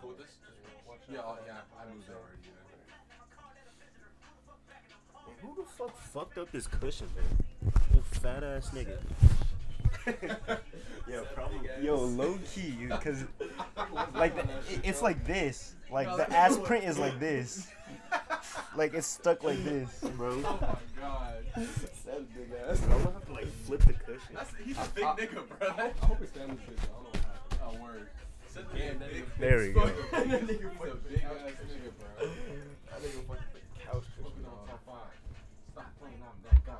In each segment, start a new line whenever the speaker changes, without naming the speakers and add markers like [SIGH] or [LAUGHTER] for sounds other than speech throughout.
cool with this?
Yeah, oh, yeah, I moved it already. Yeah.
Who the fuck fucked up this cushion, man? You fat ass nigga.
[LAUGHS] Yeah, probably. Yo, low key, you because like it- it's like this. Like the ass print is like this. Like it's stuck like this, bro.
Oh my god.
That big ass.
[LAUGHS]
I'm gonna have to like flip the cushion.
That's, he's a big nigga, bro.
I hope it's down this bitch. I don't know.
Oh, word. Said the man big.
There we go.
He's a big ass nigga, bro.
That nigga fucking the couch
Looking
cushion
on
off.
top five. Stop playing, I'm that guy.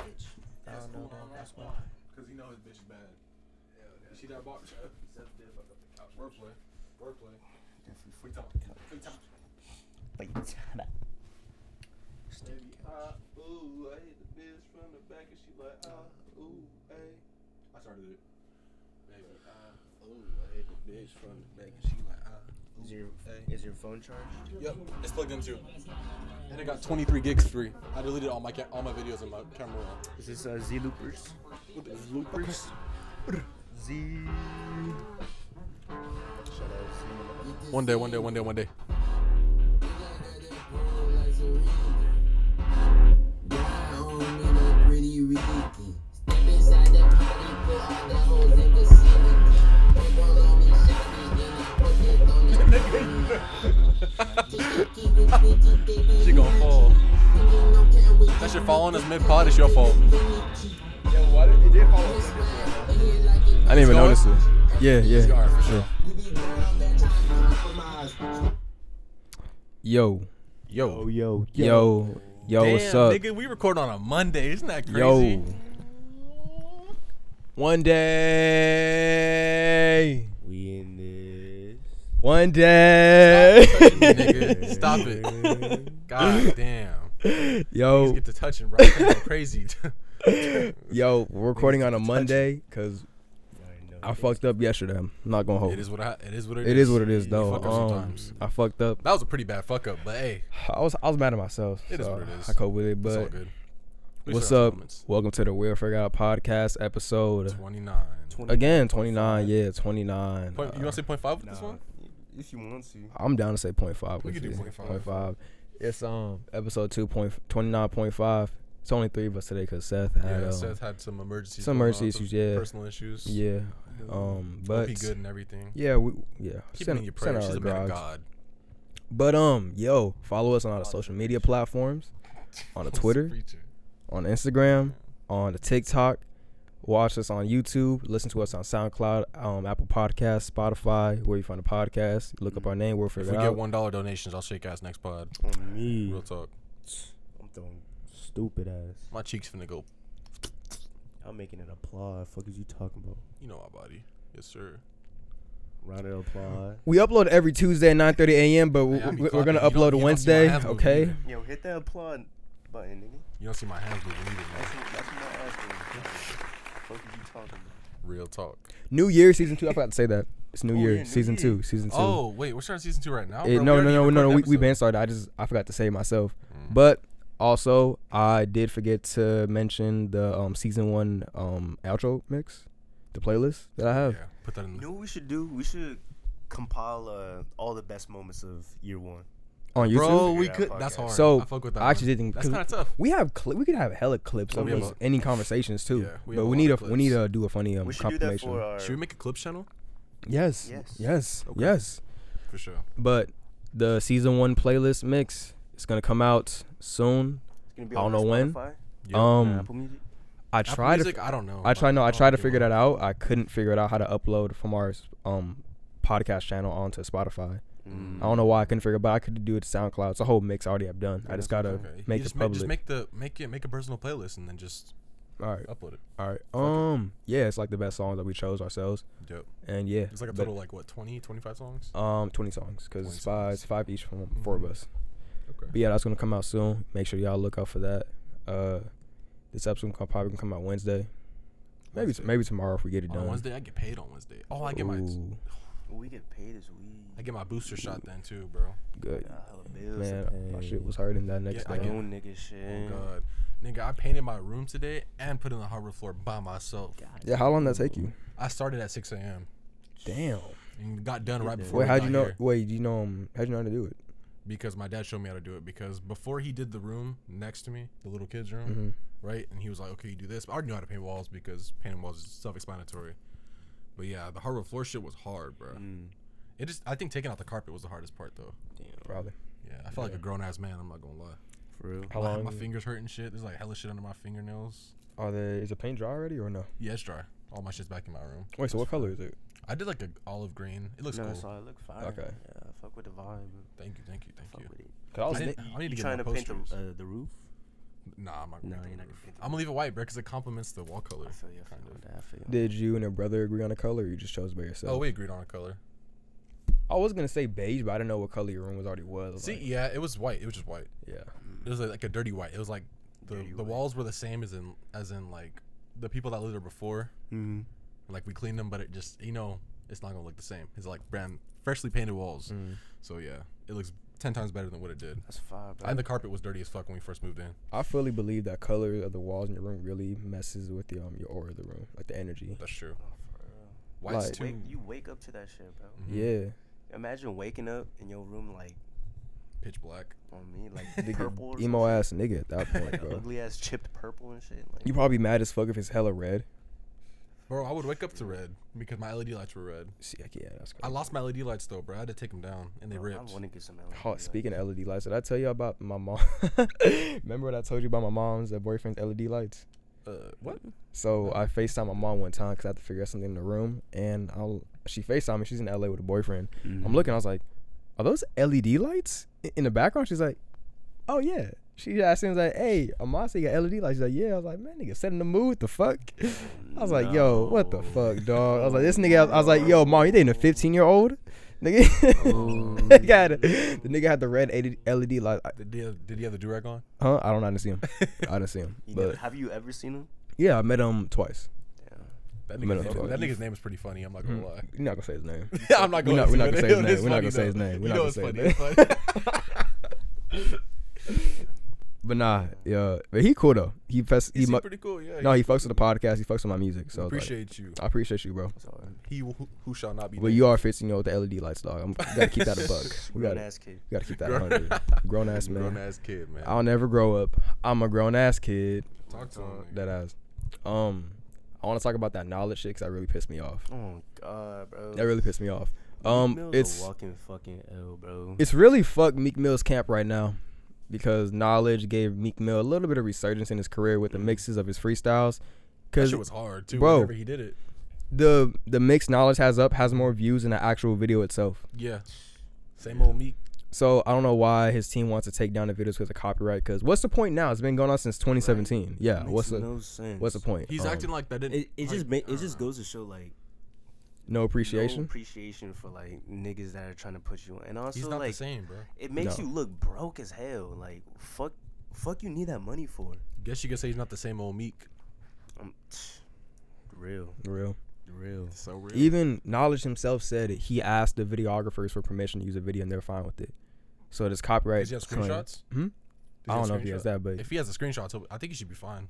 I
That's
don't
cool,
know, man.
I'm
That's
that's
why.
why. Cause he know his bitch is bad. Is she that box? Wordplay. Wordplay. Free talk. Free talk.
Like
Baby, ah, ooh, I hit the bitch from the back and she like, ah, ooh, hey. I started it. Baby, ah, ooh, I hit the bitch from the back and she like, ah,
Is
ooh,
your
hey.
is your phone charged?
Yep, it's plugged in too. And it got 23 gigs free. I deleted all my ca- all my videos in my camera.
Is this uh, Z loopers?
What the loopers?
Z.
One day, one day, one day, one day. She gonna fall. That's your following us mid pod. It's your fault.
Yo, why did it did fall off?
I didn't even notice it.
Yeah, yeah.
for sure.
Yo,
oh,
Yo,
yo,
yo, yo. what's up?
Oh, nigga? We record on a Monday. Isn't that crazy?
Yo. [LAUGHS] One day.
We in this.
One day.
nigga, stop it. God damn. Let's
[LAUGHS] yo,
get to touching, bro. It's gonna go crazy. [LAUGHS]
yo. We're recording on a Monday because I fucked up yesterday. I'm not gonna hold.
it is what I, it is what it,
It is what it is,
You
though.
fuck up
Um,
sometimes.
I fucked up.
That was a pretty bad fuck up, but hey,
I was I was mad at myself.
It is
so
what it is.
I cope with it.
it's all
But
good. We
what's
should have
up?
comments.
Welcome to the Weird Forgot podcast episode.
Twenty nine.
Again, 29. Yeah, 29.
Point, you
Uh,
want to say point five with this one?
If you want to.
I'm down to say 0.5.
We
with
could do
you.
0.5.
0.5. It's um episode 2.29.5. It's only three of us today because Seth had
Yeah,
um,
Seth had some emergencies.
some
going on,
emergency
some
issues, yeah.
personal issues.
yeah. Um,
Hope
but
he good and everything.
yeah, we yeah.
Keep
send-
him in your
send
prayers.
our
She's a man of
regards.
God. [LAUGHS]
But um, yo, follow us on all the social media platforms, on the
He's a
Twitter,
preacher.
on Instagram, on the TikTok. Watch us on YouTube. Listen to us on SoundCloud, um, Apple Podcasts, Spotify, where you find the podcast. Look up our name. We're for
Mm. If we get one dollar donations, I'll shake ass next pod.
On
Hmm.
me.
Real talk.
I'm throwing stupid ass.
My cheeks finna go.
I'm making an applaud. Fuck is you talking about?
You know my body. Yes, sir.
Round of applause.
We upload every Tuesday at 9:30 a.m., but
Hey, I be
we, we're gonna
clocking. You don't-
upload
you don't see my
Wednesday.
ass moving
Okay.
either.
[LAUGHS] Yo, hit that applaud button, nigga.
You don't see my hands moving either, man.
That's what, that's what I'm asking. Fuck is you talking about?
Real talk.
New Year season two. I forgot to say that. It's New
Oh,
Year
yeah, New
season
Year.
two. Season two.
Oh wait, we're starting season two right now.
It-
bro?
Eh, no,
We
no, no,
already
no, no. We,
recorded
we
an
band started. I just I forgot to say it myself.
Mm.
But also, I did forget to mention the um season one um outro mix, the playlist that I have.
episode. Yeah, put that in.
You
The,
know what we should do? We should compile uh, all the best moments of year one.
on YouTube.
bro, we
Yeah,
could.
podcast.
That's hard.
So,
I fuck with that.
I actually
one.
didn't-
That's
'cause
kind of tough.
We have cli we could have hella clips
Oh,
of
we have
us-
a-
any conversations too.
Yeah, we have
but
a lot
we need a
of
we need
clips.
to do a funny um
we should do that
compilation.
for our.
Should we make a clip channel
yes, yes,
Yes.
yes,
Okay.
yes.
for sure?
But the season one playlist mix is gonna come out soon.
it's gonna be
I
on
don't know when.
Spotify,
Yeah.
on
Um,
Apple Music.
I
Apple
tried.
Music, Oh,
to,
I don't know.
I tried. No, I
don't
tried to
get
figure
one.
that out. I couldn't figure it out how to upload from our um podcast channel onto
Mm.
Spotify. I
Oh.
Mm.
don't know why I couldn't figure, it out, but I could do it to SoundCloud. It's a whole mix already. I've done. I just gotta
Okay. You
make it
just
public.
Just make the make it make a personal playlist and then just
all right,
upload it.
all right. Um, yeah, it's like the best songs that we chose ourselves,
Dope.
and yeah,
It's like a
but,
total like what 20, 25 songs.
um twenty songs because
20
it's five, it's five each from four of us.
Mm-hmm. Okay.
But yeah, that's gonna come out soon. Make sure y'all look out for that. Uh, this episode can probably gonna come out Wednesday. Maybe
Wednesday.
maybe tomorrow if we get it
On
done.
Wednesday, I get paid on Wednesday. Oh, I get my
Ooh,
We get paid as
I
we.
get my booster shot then too, bro. Oh,
good.
got hella bills.
Man,
to
my
pay.
shit was hurting that next
I
day.
get-
Own nigga shit.
Oh god, nigga, I painted my room today and put in the hardwood floor by myself.
Yeah, how long that take you?
I started at six a.m.
Damn.
and got done right before.
Wait,
we
how'd
got
you know?
here
Wait, you know? Um, how'd you know how to do it?
Because my dad showed me how to do it. Because before he did the room next to me, the little kid's room,
Mhm.
right? And he was like, "Okay, you do this." But I already knew how to paint walls because painting walls is self-explanatory. But yeah, the hardwood floor shit was hard, bro.
Mm.
It just I think taking out the carpet was the hardest part though.
Probably.
Yeah, I felt like a grown ass man. I'm not gonna lie.
For real.
How
I had
long?
my fingers hurt and shit. There's like hella shit under my fingernails.
Are they? Is the paint dry already or no?
Yeah, it's dry. All my shit's back in my room.
Wait, so what color is it?
I did like a olive green. It looks
No,
cool.
it's all it look fire.
Okay.
Yeah, fuck with the vibe.
Thank you, thank you, thank
Fuck
you.
with it.
Cause I was
I,
thi-
didn't- I need to
You
get
trying
more
to paint the,
posters.
uh, the roof?
nah, I'm not. Gonna paint
No, you're
the
not gonna
roof.
paint the
I'm gonna leave it white, bro, because it complements the wall color.
I feel you. I feel
kind
that. I feel you.
did you and your brother agree on a color, or you just chose by yourself?
Oh, we agreed on a color.
I was gonna say beige, but I didn't know what color your room was already was. I was
See,
like,
yeah, it was white. It was just white.
yeah.
Mm.
It was like, like a dirty white. It was like the
Dirty
the
white.
walls were the same as in as in like the people that lived there before.
Mhm.
Like we cleaned them, but it just you know it's not gonna look the same. It's like brand freshly painted walls.
Mm.
So yeah, it looks ten times better than what it did.
That's fire, bro.
And the carpet was dirty as fuck when we first moved in.
I fully believe that color of the walls in your room really messes with the um your aura of the room, like the energy.
That's true.
Oh, for real.
White's
Like-
too.
Wake, you wake up to that shit, bro.
mhm,
Yeah.
Imagine waking up in your room like
Pitch black.
on me, like
[LAUGHS] Nigga,
purple, or
emo ass nigga at that
[LAUGHS]
point, bro.
ugly ass chipped purple and shit. Like,
You probably mad as fuck if it's hella red.
Bro, I would wake up to red because my LED lights were red.
See, like, yeah, that's
I
crazy.
lost my LED lights though, bro. I had to take them down, and they
bro, I
ripped.
want to get some.
Oh, speaking of LED lights, did I tell you about my mom? [LAUGHS] Remember what I told you about my mom's uh, boyfriend's LED lights?
Uh, what?
So I FaceTime my mom one time because I had to figure out something in the room, and I'll, she FaceTime me. She's in LA with a boyfriend. I'm looking. I was like, "Are those LED lights i- in the background?" She's like, "Oh yeah." She asked me, was like, "Hey, Amasa, you got LED lights?" She's like, "Yeah." I was like, "Man, nigga, setting the mood. The fuck." I was like, "Yo, what the fuck, dog?" I was like, "This nigga." I was, I was like, "Yo, mom, you dating a 15 year old?" [LAUGHS] Nigga, got it. The nigga had the red E 80 LED light. I-
Did he have, did he have the durag on?
Huh? I don't know. I didn't see him. I didn't see him. But
have you ever seen him?
yeah, I met him twice.
[LAUGHS] That
Middle
nigga's, name,
throat.
that nigga's name is pretty funny. I'm not
Mm.
gonna lie.
You're not gonna say his name.
[LAUGHS] I'm not gonna.
We're not, we're not
it
gonna say his
is
name. We're not
funny, [LAUGHS]
gonna say his
though.
name.
You
We're not
know
gonna
it's
say his
funny.
name. [LAUGHS]
It's funny. [LAUGHS]
But nah, yeah, but he cool though. He fess, he
He's
mu-
pretty cool. Yeah.
no, he fucks with the podcast. He fucks with my music. So like,
appreciate you.
I appreciate you, bro.
He who, who shall not be.
But
named.
you are 15 year old with the LED lights, dog. I'm, gotta keep that a
[LAUGHS]
buck. We
Grown
gotta,
ass kid.
we gotta keep that a
Grown-
hundred. Grown ass man.
grown ass kid, man.
I'll never grow up. I'm a grown ass kid.
Talk to him. nigga.
That ass. Um, I want to talk about that knowledge shit because that really pissed me off.
Oh god, bro.
That really pissed me off.
Meek
Um,
Mill's
it's
a walking fucking L, bro.
it's really fuck Meek Mill's camp right now because Knowledge gave Meek Mill a little bit of resurgence in his career with the mixes of his freestyles.
That
Because
shit was hard too.
Bro.
Whenever he did it.
the the mix Knowledge has up has more views than the actual video itself.
Yeah. Same old Meek.
So I don't know why his team wants to take down the videos because of copyright. Because what's the point now? It's been going on since 2017. Yeah.
Makes
what's the
no sense.
what's the point?
He's
Um,
acting like that. Didn't,
It, it
like, uh,
just ma- it just goes to show like
no
no
appreciation.
appreciation for like niggas that are trying to push you, on. and also
He's not
like
the same, bro.
it makes
No.
you look broke as hell. Like fuck, fuck you need that money for.
Guess you could say he's not the same old Meek.
Um, real,
[SNIFFS] Real.
real.
So real.
Even Knowledge himself said it. he asked the videographers for permission to use a video and they're fine with it. So this copyright.
Does he have
claim-
screenshots?
Hmm?
Does
I
have
don't know if he has
screenshot?
that, but
If he has a screenshot, he'll- I think he should be fine.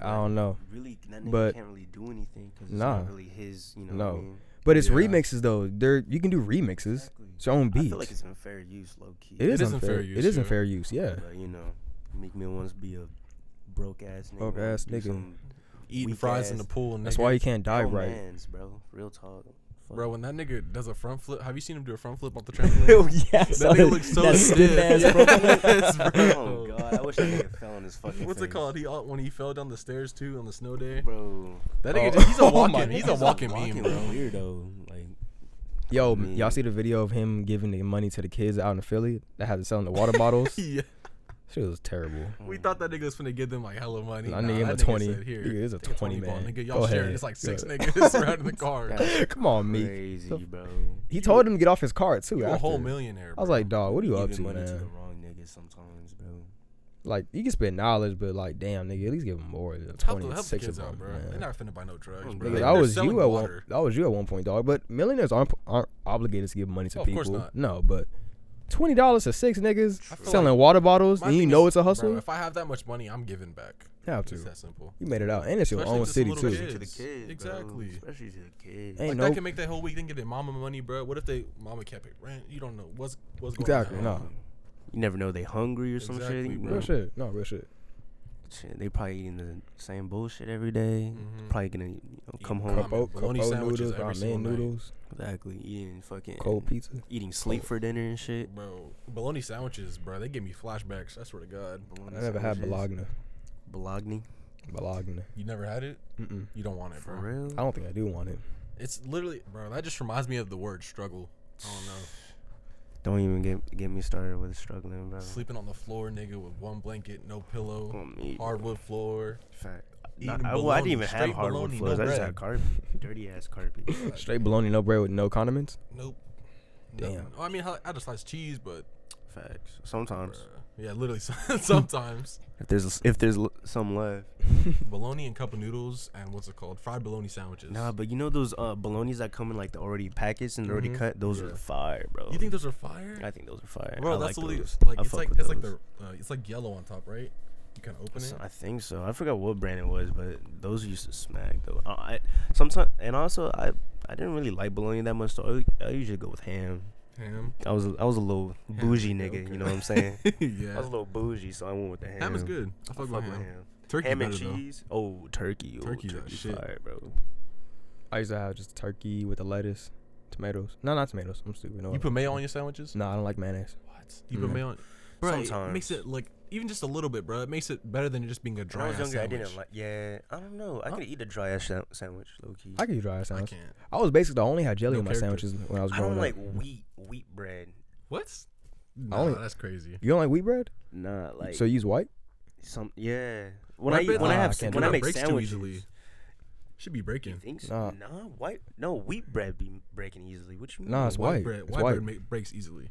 I don't know.
Really, that nigga
But-
can't really do anything because it's
Nah.
not really his. You know,
No.
What I, mean?
But it's
Yeah.
remixes though. There you can do remixes. It's your own
I
beats.
feel like it's unfair use, low key.
it is
It is
unfair.
unfair
it
use,
is
yeah.
unfair use. Yeah.
but you know, Meek Mill wants to be a broke ass nigga.
Broke
wanna
ass
do
nigga.
some
Eating
Weak
fries in
ass.
the pool. Nigga.
That's why you can't
Oh,
dive right.
romance, bro. Real
[LAUGHS]
talk. Fuck.
Bro, when that nigga does a front flip, have you seen him do a front flip off the trampoline?
Hell yeah.
that nigga looks so stiff. Yes,
[LAUGHS] Oh
bro.
god, I wish that nigga fell on his
[LAUGHS]
fucking.
What's it
face.
called? He all- when he fell down the stairs too on the snow day.
bro?
That nigga,
Oh.
just, he's a
Oh my
walking, he's a
goodness.
walking meme,
Fucking
bro.
weirdo. Like,
[LAUGHS]
Yo,
Mm-hmm.
Mm.
y'all see the video of him giving the money to the kids out in Philly that had to sell the water
[LAUGHS]
bottles?
Yeah.
Shit was terrible.
We thought that nigga was finna give them like hella money.
Nah,
that
nigga, I'm a
nigga
20.
said, Here,
Nigga, it's a
take
20,
ball,
man.
Nigga, y'all
Go
sharing.
ahead.
It's like
Go
six
ahead.
niggas surrounding the car.
that was
[LAUGHS] Come on, me.
crazy, bro.
He told him to get off his car too.
You a
after.
whole millionaire.
I was
bro.
like, dog, what are you up
Giving
to,
money to the
man?
wrong niggas sometimes, bro.
Like, you can spend knowledge, but like, damn, nigga, at least give him more. than
help,
Twenty
help the
six
kids
of
out,
them,
bro. They're not finna buy no drugs, bro.
Nigga,
They- they're
that was
selling
you at one.
water.
That was you at one point, dog. But millionaires aren't aren't obligated to give money to
Oh, of
people.
course not.
No, but Twenty dollars to six niggas
I feel
selling water bottles,
My
and you
thing
know
is,
it's a hustle.
Bro, if I have that much money, I'm giving back.
Have
It's
to.
that simple.
You made it out, and it's your
Especially
own
to some
city
little
too.
kids.
to the kids.
Exactly.
Bro. Especially to the kids.
Ain't
Like
no
that can make that whole week. Then get their mama money, bro. What if they mama can't pay rent? You don't know what's what's going
exactly
on.
no
you never know they hungry or some
Exactly,
shit. You
bro.
real
know.
shit. No real shit.
Shit, They probably eating the same bullshit every day.
Mhm.
Probably gonna you know, come
Eating
home.
ramen.
Capo, capo
bologna sandwiches
noodles,
every
ramen
single night.
noodles,
Exactly. Eating fucking
cold pizza.
Eating sleep for dinner and shit.
Bro, bologna sandwiches, bro. They give me flashbacks. I swear to God.
I never had
Sandwiches.
Bologna.
Bologna.
Bologna.
You never had it.
Mm-mm.
You don't want it,
For
bro.
real?
I don't think I do want it.
It's literally, bro. That just reminds me of the word struggle. I don't know.
Don't even get get me started with struggling, bro.
Sleeping on the floor, nigga, with one blanket, no pillow,
On me.
hardwood floor.
Fact.
Eating
I, well, I didn't
bologna,
even have
straight
hardwood
bologna,
floors.
no
I just
bread.
had carpet. Dirty ass
[LAUGHS]
carpet.
Straight bologna, no bread with no condiments.
Nope.
Damn.
Nothing. Oh, I mean, I I just slice cheese, but
Facts. Sometimes.
bruh. yeah, literally [LAUGHS] sometimes
If there's if there's l- some left.
bologna and cup of noodles and what's it called? Fried bologna sandwiches.
Nah, but you know those uh bolognas that come in like the already packaged and they're already
Mhm.
cut. Those
Yeah.
are fire, bro.
you think those are fire?
I think those are fire.
Bro,
I
that's
like
literally
those.
like
I
it's
fuck
like
with
it's like
those.
the uh, it's like yellow on top, right? You kind of open it.
So- I think so. I forgot what brand it was, but those used to smack though. Uh, I sometimes and also I I didn't really like bologna that much, so I, I usually go with ham. [LAUGHS]
Ham.
I was a, I was a little
Yeah,
bougie
okay,
nigga,
okay.
you know what
[LAUGHS]
I'm saying? I
yeah.
was a little bougie, so I went with the ham.
Ham is good. I
I
fuck
fuck
with
with
ham.
ham.
Turkey
Ham and
better, though.
cheese. Oh, turkey. Oh,
Turkey's that
turkey,
shit.
fire, bro.
I used to have just turkey with the lettuce, tomatoes. No, not tomatoes. I'm stupid. No,
You put mayo on your sandwiches?
no, I don't like mayonnaise.
What? You put
Mm.
mayo on? Bro, It makes
Mm. Sometimes.
it like even just a little bit, bro. It makes it better than just being a
When I
dry
was
ass
younger,
sandwich.
I didn't like. Yeah, I don't know. I
Huh?
could eat a dry ass sa- sandwich, low key.
I could eat dry
I
sandwich.
can't.
I, was basically the only had jelly
No
on my
character.
sandwiches when I was
I
growing
don't
up.
like wheat wheat bread.
What?
I
No,
only-
that's crazy.
you don't like wheat bread?
Nah, like
so you use white?
some. Yeah, when
White
I eat,
bread's
when I
not-
have
I
s-
can't
when
do
I
that.
make
Breaks too
sandwiches.
easily. Should be breaking.
Think so?
Nah.
Nah. white. No, wheat bread be breaking easily. What you mean?
Nah, it's white.
bread.
It's
white,
white.
bread make, breaks easily.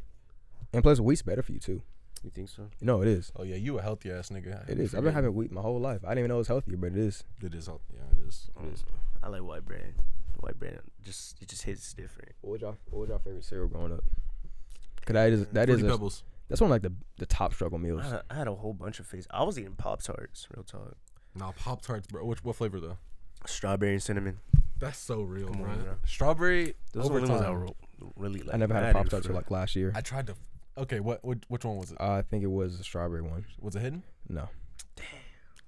And plus, wheat's better for you too.
You think so?
No, it is.
Oh yeah, you a healthy ass nigga.
It is. I've been having wheat my whole life. I didn't even know it's healthier, but it is.
It is healthy. Yeah, it is.
Mm.
It is.
I like white bread. White bread just it just hits different.
What was y'all, what was y'all favorite cereal growing up? Cause that is that is
Fruity
a,
pebbles.
that's one of like the the top struggle meals.
I had, I had a whole bunch of face. I was eating pop tarts. Real talk.
Nah, pop tarts, bro. Which what flavor though?
Strawberry and cinnamon.
That's so real,
Come
bro.
on, bro.
Strawberry.
Those
over
are the ones I
time.
re- really like.
I never had a pop tart till like last year.
I tried to. Okay, what, what which one was it?
Uh, I think it was a
[LAUGHS]
strawberry one.
Was it hidden?
No,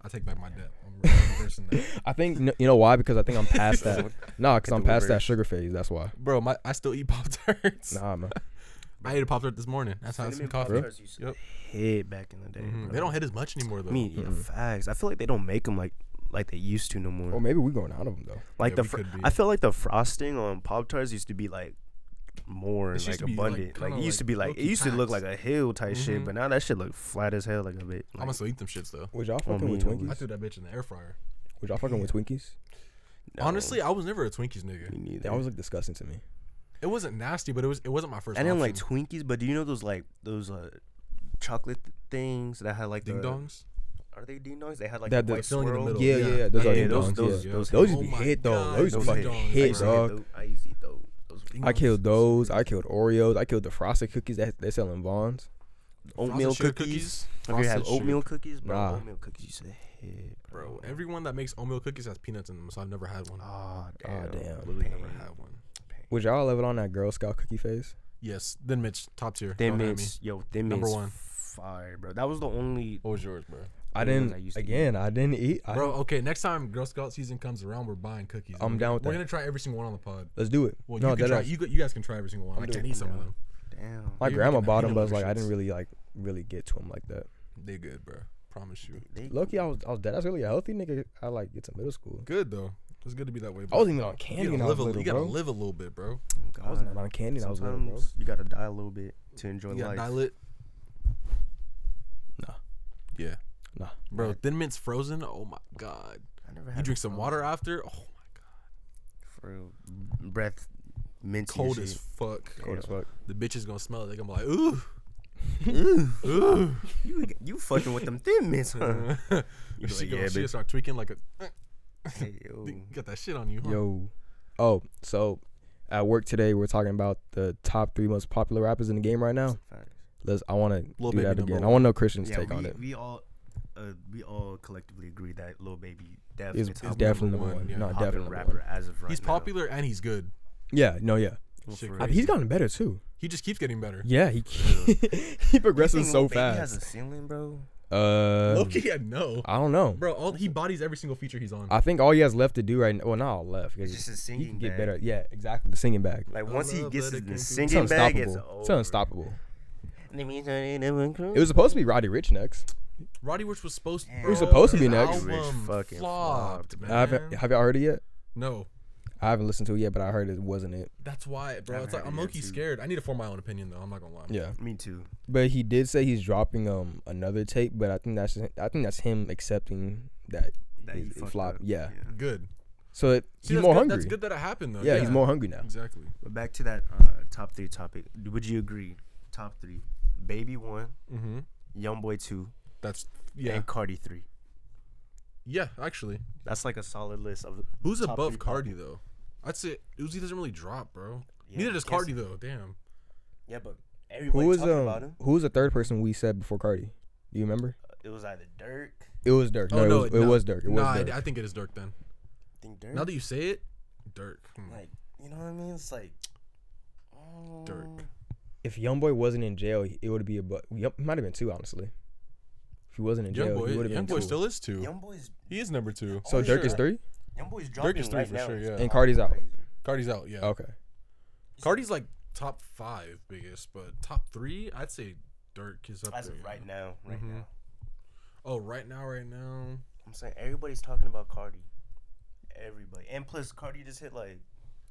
I take back my debt. I'm
[LAUGHS]
reversing that.
I think no, you know why? Because I think I'm past
[LAUGHS]
that. Nah, because
Hit
I'm
the
past that
reverse.
sugar phase. That's why.
Bro, my I still eat pop tarts.
Nah, man.
[LAUGHS]
I ate a pop tart this morning. That's how I had some
Cinnamon
coffee.
Pop-Tarts used to
Yep.
hit back in the day.
Mhm.
bro.
They don't hit as much anymore though.
I mean, yeah, facts. I feel like they don't make them like like they used to no more.
Or maybe we're going out of them though.
Oh,
like
Yeah,
the
we
fr-
could be.
I feel like the frosting on pop tarts used to be like more
This used to
like
be, like,
abundant. Like,
kinda,
it used to
like,
be like it
low-key
used to look
packed.
like a hill type shit,
Mhm.
but now that shit look flat as hell. Like a bit.
I'm
Like,
gonna still eat them shits though.
Was y'all
Oh,
fucking with
me, I'm
Twinkies?
I threw that bitch in the air fryer.
Was y'all fucking with Twinkies?
no,
Honestly, I was never a Twinkies nigga.
me neither.
That was like disgusting to me.
It wasn't nasty, but it was it wasn't my first.
I didn't like
option.
Twinkies, but do you know those like those uh chocolate th- things that had like
ding
the-
dongs.
Are they ding dongs? They had like
That-
the
the
white
filling in the
swirl.
middle.
Yeah,
yeah.
yeah, yeah. Those
Yeah,
are
yeah,
ding
those-
dongs,
those-
yeah.
those
used
hit.
to be
Oh my
hit though.
God,
Those used
Those
to
hit.
fucking
dongs,
hit,
I,
bro.
dog.
used to eat tho- I used to eat those. those were-
Ding
I
dongs.
killed those. I killed Oreos. I killed the frosted cookies that they sell in Vaughn's.
oatmeal
sugar
cookies. Have you had
Frosted sugar-
oatmeal cookies, bro?
Nah.
Oatmeal cookies used to hit,
Bro, everyone that makes oatmeal cookies has peanuts in them, so I've never had one.
Ah,
Ah,
damn.
damn.
Literally never
pain.
had one.
Would y'all ever on that Girl Scout cookie phase?
Yes, then Mitch, top tier.
Thin
Don't at me.
mints, yo, thin
Number
mints,
one.
fire, bro. That was the only.
What was yours, bro?
I
The ones
didn't.
I used to eat.
again, I didn't eat. I,
Bro, okay. Next time Girl Scout season comes around, we're buying cookies.
I'm
We're
down
gonna-
with
We're
that.
gonna try every single one on the pod.
let's do it.
Well,
no,
you can
that
try.
ass-
You, gu- you guys can try every single one. I can't eat some of them.
Damn.
my
you're
grandma
making
bought
the peanut
them, but it's like I
butter
didn't
shits.
really like really get to them like that.
They good, bro. Promise you.
They-
Lucky I was I was dead. That's really a healthy nigga. I like get to middle school.
Good though. It's good to be that way.
I
bro.
wasn't even on
You
candy
gotta,
when I
live
was
a,
little,
you gotta
bro.
live a little bit, bro.
I was not
God.
on candy. when I was little, bro.
Sometimes you gotta die a little bit to enjoy
You gotta
life.
dilate.
Nah.
Yeah.
Nah.
Bro, Thin Mint's frozen. Oh my god.
I never
You
had
drink some
frozen
water after. Oh my god.
for real. breath, minty
Cold
shit.
as fuck.
Cold as fuck.
The bitch is gonna smell it. They're gonna be like, ooh.
[LAUGHS]
[LAUGHS]
[LAUGHS]
you, you fucking with them thin mints, huh?
You she
be like,
gonna,
"Yeah,
she gonna
bitch."
start tweaking like a.
Hey, yo.
You got that shit on you, huh?
Yo. Oh, so at work today we're talking about the top three most popular rappers in the game right now.
Facts.
Let's. I want to
Lil
do
Baby
that
number
again. I
one.
want to know Christian's
yeah,
take
we,
on it.
we all, uh, we all collectively agree that Lil Baby def
Is
is
is
number
definitely number
one,
one.
yeah.
No,
popular
definitely number
rapper
one.
as of right
He's
now.
popular and he's good.
Yeah. No. Yeah.
Well,
Shit
for
crazy.
I-
real.
He's gotten better too.
He just keeps getting
[LAUGHS]
better.
Yeah. He he progresses so
He has
fast.
a ceiling, bro.
[LAUGHS]
Uh.
Loki, I know.
I don't know.
Bro, all he bodies every single feature he's on.
I think all he has left to do right now. Well, not all left. 'cause
It's just his
he
singing
can get
bag.
better. Yeah. Exactly. The singing bag.
Like
I
once he
love
gets
that it came
in the
through.
It's
singing bag, it's
unstoppable.
over.
It's unstoppable. It
It
was supposed to be Roddy Rich next.
Roddy Rich was supposed.
It
was
Bro,
supposed to
his
be next.
Rich
album
fucking
flopped,
flopped,
man.
I haven't, have y'all heard it yet?
no,
I haven't listened to it yet, but I heard it wasn't it.
that's why, bro.
I've
It's like
heard
I'm
it, yeah,
low-key
too.
scared. I need to form my own opinion though. I'm not gonna lie.
Yeah.
Me too.
But he did say he's dropping um another tape, but I think that's I think that's him accepting that,
That
he,
he
he
fucked
flopped.
up.
Yeah.
Yeah.
Good.
So it,
See,
he's
that's
more
good.
hungry.
That's good that it happened though.
yeah, he's more hungry now.
Exactly.
But back to that uh, top three topic. Would you agree? Top three: Baby one,
Mm-hmm.
YoungBoy two,
That's yeah.
and Cardi three.
yeah, actually,
That's like a solid list of
who's
top
above
three
Cardi though? I'd say Uzi doesn't really drop, bro.
Yeah,
Neither does
yes.
Cardi though. Damn.
Yeah, but
Who
everybody
was
talking about
um
him.
who was the third person we said before Cardi? Do you remember?
It was either Dirk.
It was Dirk. No,
oh no,
it, was, it was Dirk. It was
nah, I-
Dirk.
I, think it is Dirk then.
I think Dirk.
Now that you say it, Dirk. Hmm.
Mm. like you know what I mean? It's like um,
Dirk.
if YoungBoy wasn't in jail, he- it would be a but. Yep, it might have been two honestly. If he wasn't in
Young
jail,
boy,
he would have
young
been
boy
two.
still is two.
Young boys.
He is number two.
so
Oh,
Dirk is
sure.
three.
Young boys dropping
Dirk is three
right
for
now.
sure.
It's
Yeah.
And Cardi's out.
crazy.
Cardi's out. Yeah.
Okay.
Cardi's like top five biggest, but top three, I'd say Dirk is up
As
there.
of right now, right
Mhm.
now.
Oh, right now, right now.
I'm saying everybody's talking about Cardi. Everybody. And plus, Cardi just hit like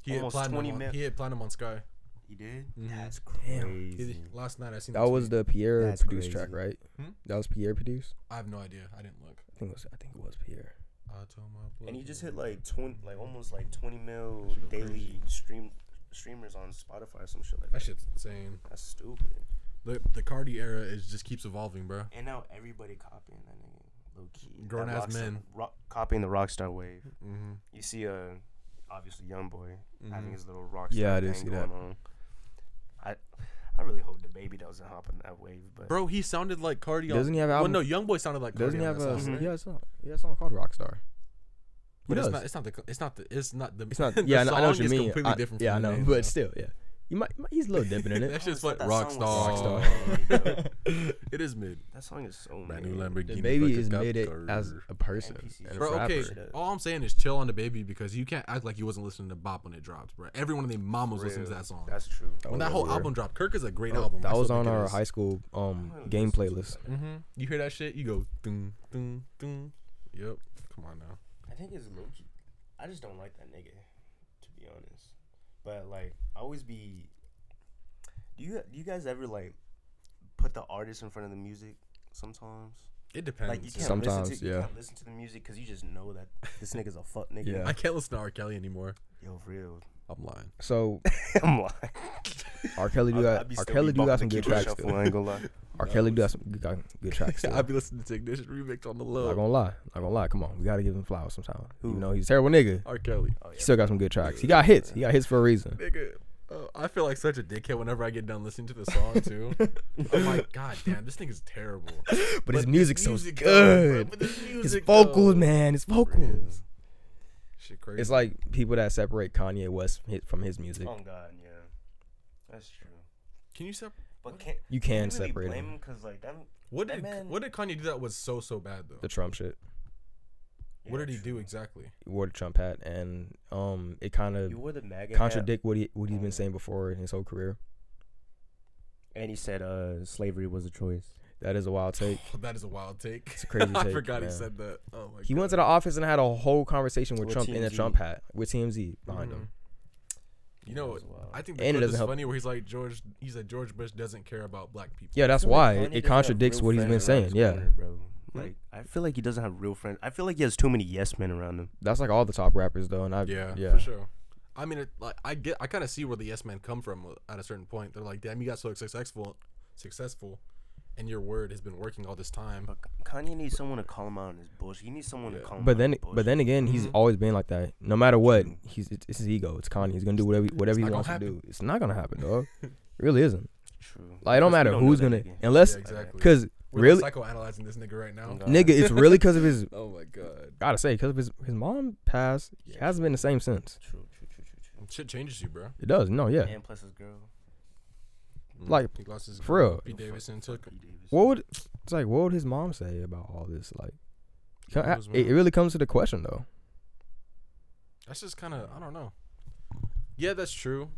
He hit
Almost
platinum.
20
On,
mil-
he hit platinum on Sky.
he did.
Mhm.
That's
Damn.
crazy.
He- last night I seen
That was
tweet.
the Pierre
That's
produced track,
crazy.
right?
Hmm?
That was Pierre produced.
I have no idea. I didn't look.
I think it was. I think it was Pierre.
I told my
And he
blood-
just hit like twenty, like almost like twenty mil
That shit go
daily
crazy.
stream streamers on Spotify or some shit like
That
that.
shit's insane.
That's stupid.
The the Cardi era is just keeps evolving, bro.
And now everybody copying that nigga, low key.
Grown
That
ass
rockstar-
men.
rock, copying the rockstar wave.
Mm-hmm.
You see, uh, obviously YoungBoy having
Mhm.
his little rockstar
Yeah, I
thing
did see
going
that.
on. I, I really hope the baby doesn't hop on that wave, but
Bro, he sounded like Cardi.
Doesn't
on,
he have an
Well,
album-
no, Young Boy sounded like Cardi.
Doesn't he
on
have
that
a?
song,
right?
Yeah, it's not. Yeah, it's song called Rockstar.
But
He
it's
does.
not. It's not the. It's not the. It's not the.
It's
[LAUGHS]
not.
the
yeah, I know, I know what
song
you
is
mean.
Completely
I-
different.
yeah, I
from the
know,
name,
but [LAUGHS]
bro. [LAUGHS]
still, yeah. You might, might- He's a little dipping in it.
That's just like
That song was
Rockstar.
Rockstar.
[LAUGHS] it is mid.
that song is so
Brand
mid.
new Lamborghini.
The baby
fucking
is
cop
made it
car.
as a person,
NPC.
and a
Bro, okay.
rapper.
All I'm saying is chill on the baby because you can't act like you wasn't listening to Bop when it dropped, bro. Everyone in their mom was listening to that song.
That's true.
when that
yeah,
whole
we were.
album dropped, Kirk is a great
Oh,
album.
That was on our high school um game playlist.
Mm-hmm. You hear that shit? You go dun dun dun. Yep. Come on now.
I think it's low key. I just don't like that nigga, to be honest. But like, I always be. Do you do you guys ever like put the artist in front of the music sometimes?
It depends.
Like you can't
Sometimes,
listen to you
yeah.
can't listen to the music because you just know that this nigga's a fuck nigga.
Yeah.
I can't listen to R. Kelly anymore.
Yo, for real. [LAUGHS]
I'm lying.
So
I'm lying.
R. Kelly do
I'd-
got
I'd be
Uh, R.
still
Kelly
be
do got
bumping
some
the
good
Keep It
tracks.
Shuffle, uh,
still.
I ain't gonna
[LAUGHS]
lie.
R. Kelly do got some good, got
[LAUGHS]
good tracks.
[LAUGHS]
Still.
I'd be listening to Ignition Remix on the
Not
low.
gonna lie, not gonna lie. Come on, we gotta give him flowers sometime.
Who?
You know he's a terrible nigga.
R. Kelly.
Oh,
He still got some good tracks. He got hits. He got hits for a reason.
Nigga, uh, I feel like such a dickhead whenever I get done listening to the song [LAUGHS] too. I'm like, God damn, this thing is terrible.
But his
this
music's so
music, though, bro,
good.
but this
His
music,
vocals,
though.
man. His vocals.
Shit crazy.
It's like people that separate Kanye West from his, from his music.
Oh God, yeah. That's true.
can you stop?
But can't
You
can
can
you really
separate
blame
him.
him? Cause like that.
What
That
did
man-
what did Kanye do that was so so bad though?
The Trump shit.
what
Yeah,
did he
true.
do exactly?
He wore the Trump hat, and um, it kind of
You wore the MAGA hat, Mm.
contradict what he what he's been saying before in his whole career.
and he said uh, slavery was a choice.
That is a wild take.
[LAUGHS] that is a wild take. It's
a crazy
[LAUGHS] I
take,
forgot he
man.
said that. Oh my
He
God.
went to the office and had a whole conversation with,
With
Trump in a
TMZ.
Trump hat with TMZ behind
Mm-hmm.
him.
You know,
As well.
I think the
And it
clip
doesn't
is
help.
funny where he's like George. He's like George Bush doesn't care about black people.
Yeah, that's
feel like
why
Kanye
it,
doesn't have
contradicts
real
what he's been
friends around
saying.
his
Yeah,
corner, bro. Like I feel like he doesn't have real friends. I feel like he has too many yes men around him.
that's like all the top rappers though, and I
Yeah,
yeah
for sure. I mean, it, like I get, I kind of see where the yes men come from at a certain point. They're like, damn, you got so successful, successful, and your word has been working all this time.
But Kanye needs someone to call him out on his bullshit. He needs someone to
Yeah.
call him out.
But
on
then,
his
but then again, he's always been like that. No matter what, he's it's, it's his ego. It's Kanye. He's gonna do whatever whatever he
not gonna
wants to
happen.
do. It's not gonna happen, dog. It really isn't.
True.
Like it don't
Plus, we
matter
don't know
who's
that
gonna
nigga.
unless
Yeah, exactly.
because
We're
really
like psychoanalyzing this nigga right now.
Nah.
nigga it's really because of his
Oh my god.
gotta say because of his his mom passed he
Yeah.
hasn't been the same since
True, true, true, true, true.
[LAUGHS] Shit changes you, bro.
it does no yeah
And plus his girl.
Like,
Mm. he lost his
for real
Pete Davidson took him.
what would it's like what would his mom say about all this like
She
ca-
knows,
it, it
man.
really comes to the question though
That's just kind of I don't know. Yeah, that's true,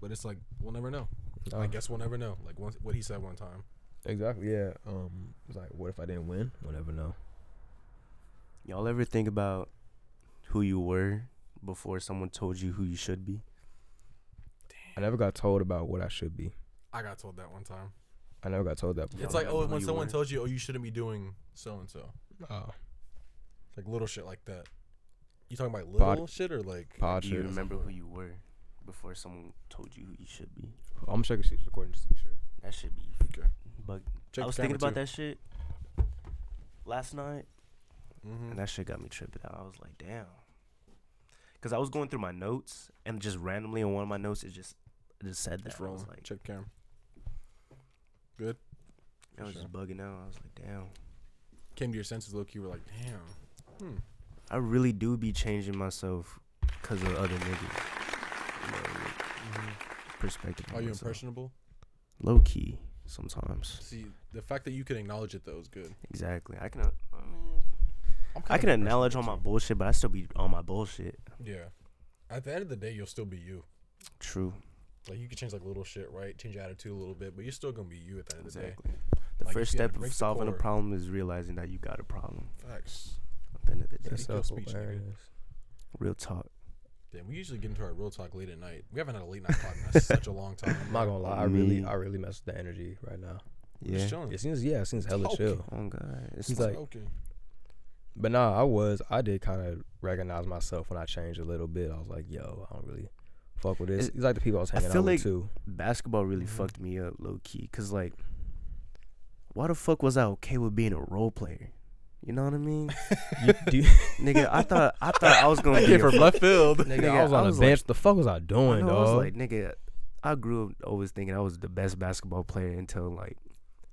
but it's like we'll never know. I
Uh,
guess we'll never know. Like once, what he said one time.
exactly yeah um it's like what if I didn't win we'll never know
Y'all ever think about who you were before someone told you who you should be?
I never got told about what I should be
I got told that one time.
I never got told that
It's
Yeah,
like
I
oh,
know
when
you
someone
were.
tells you oh you shouldn't be doing so and so,
oh
like little shit like that. You talking about
Bod-
little shit or like?
pod
Do you
shit
remember who you were before someone told you who you should be?
Oh, I'm gonna check if she's recording just to be sure
That should be.
Okay.
But I was thinking about that shit last night, and
Mm-hmm.
that shit got me tripping out. I was like, damn. Cause I was going through my notes, and just randomly in one of my notes, it just it just said that.
It's
I was
wrong.
like,
Check camera.
I was just bugging out. I was like, damn.
Came to your senses, low key. Were like, damn. Hmm.
I really do be changing myself because of other niggas. You know, like, Mm-hmm. Perspective.
Are you impressionable?
Low key sometimes.
See, the fact that you can acknowledge it though is good.
Exactly. I can. uh, I mean,
I'm
I
kinda
can acknowledge all
impressionable,
my bullshit, but I still be on my bullshit.
too. Yeah. At the end of the day, you'll still be you.
True.
Like you can change like little shit, right? Change your attitude a little bit, but you're still gonna be you at the end of the day.
Exactly. The
Like, you
first
see, like,
step
break
of
the
solving a
core.
problem is realizing that you got a problem.
Facts.
At the end of the day,
That's
that's
Speak your speech,
self
nigga.
awareness
real talk.
Damn, we usually get into our real talk late at night. We haven't had a late night talk in such a long
[LAUGHS]
time.
I'm not gonna lie I
Me.
really I really messed with the energy right now
Just
Yeah.
chilling.
it seems yeah it seems hella
Talking.
chill
Oh God. It's
He's
like,
like-
okay.
But nah, I was. I did kind of recognize myself when I changed a little bit. I was like, yo, I don't really fuck with this.
It-
It's like the people I was hanging
feel
out
like-
with too.
basketball really
Mm-hmm.
fucked me up low key. Cause like, why the fuck was I okay with being a role player? You know what
[LAUGHS]
I mean,
You, do you,
nigga? I thought I thought I was gonna be a
from left field. Nigga,
Nigga,
I was on
I
the
was
bench. the fuck was I
I,
doing,
know, I was
dog?
like, nigga, I grew up always thinking I was the best basketball player until like,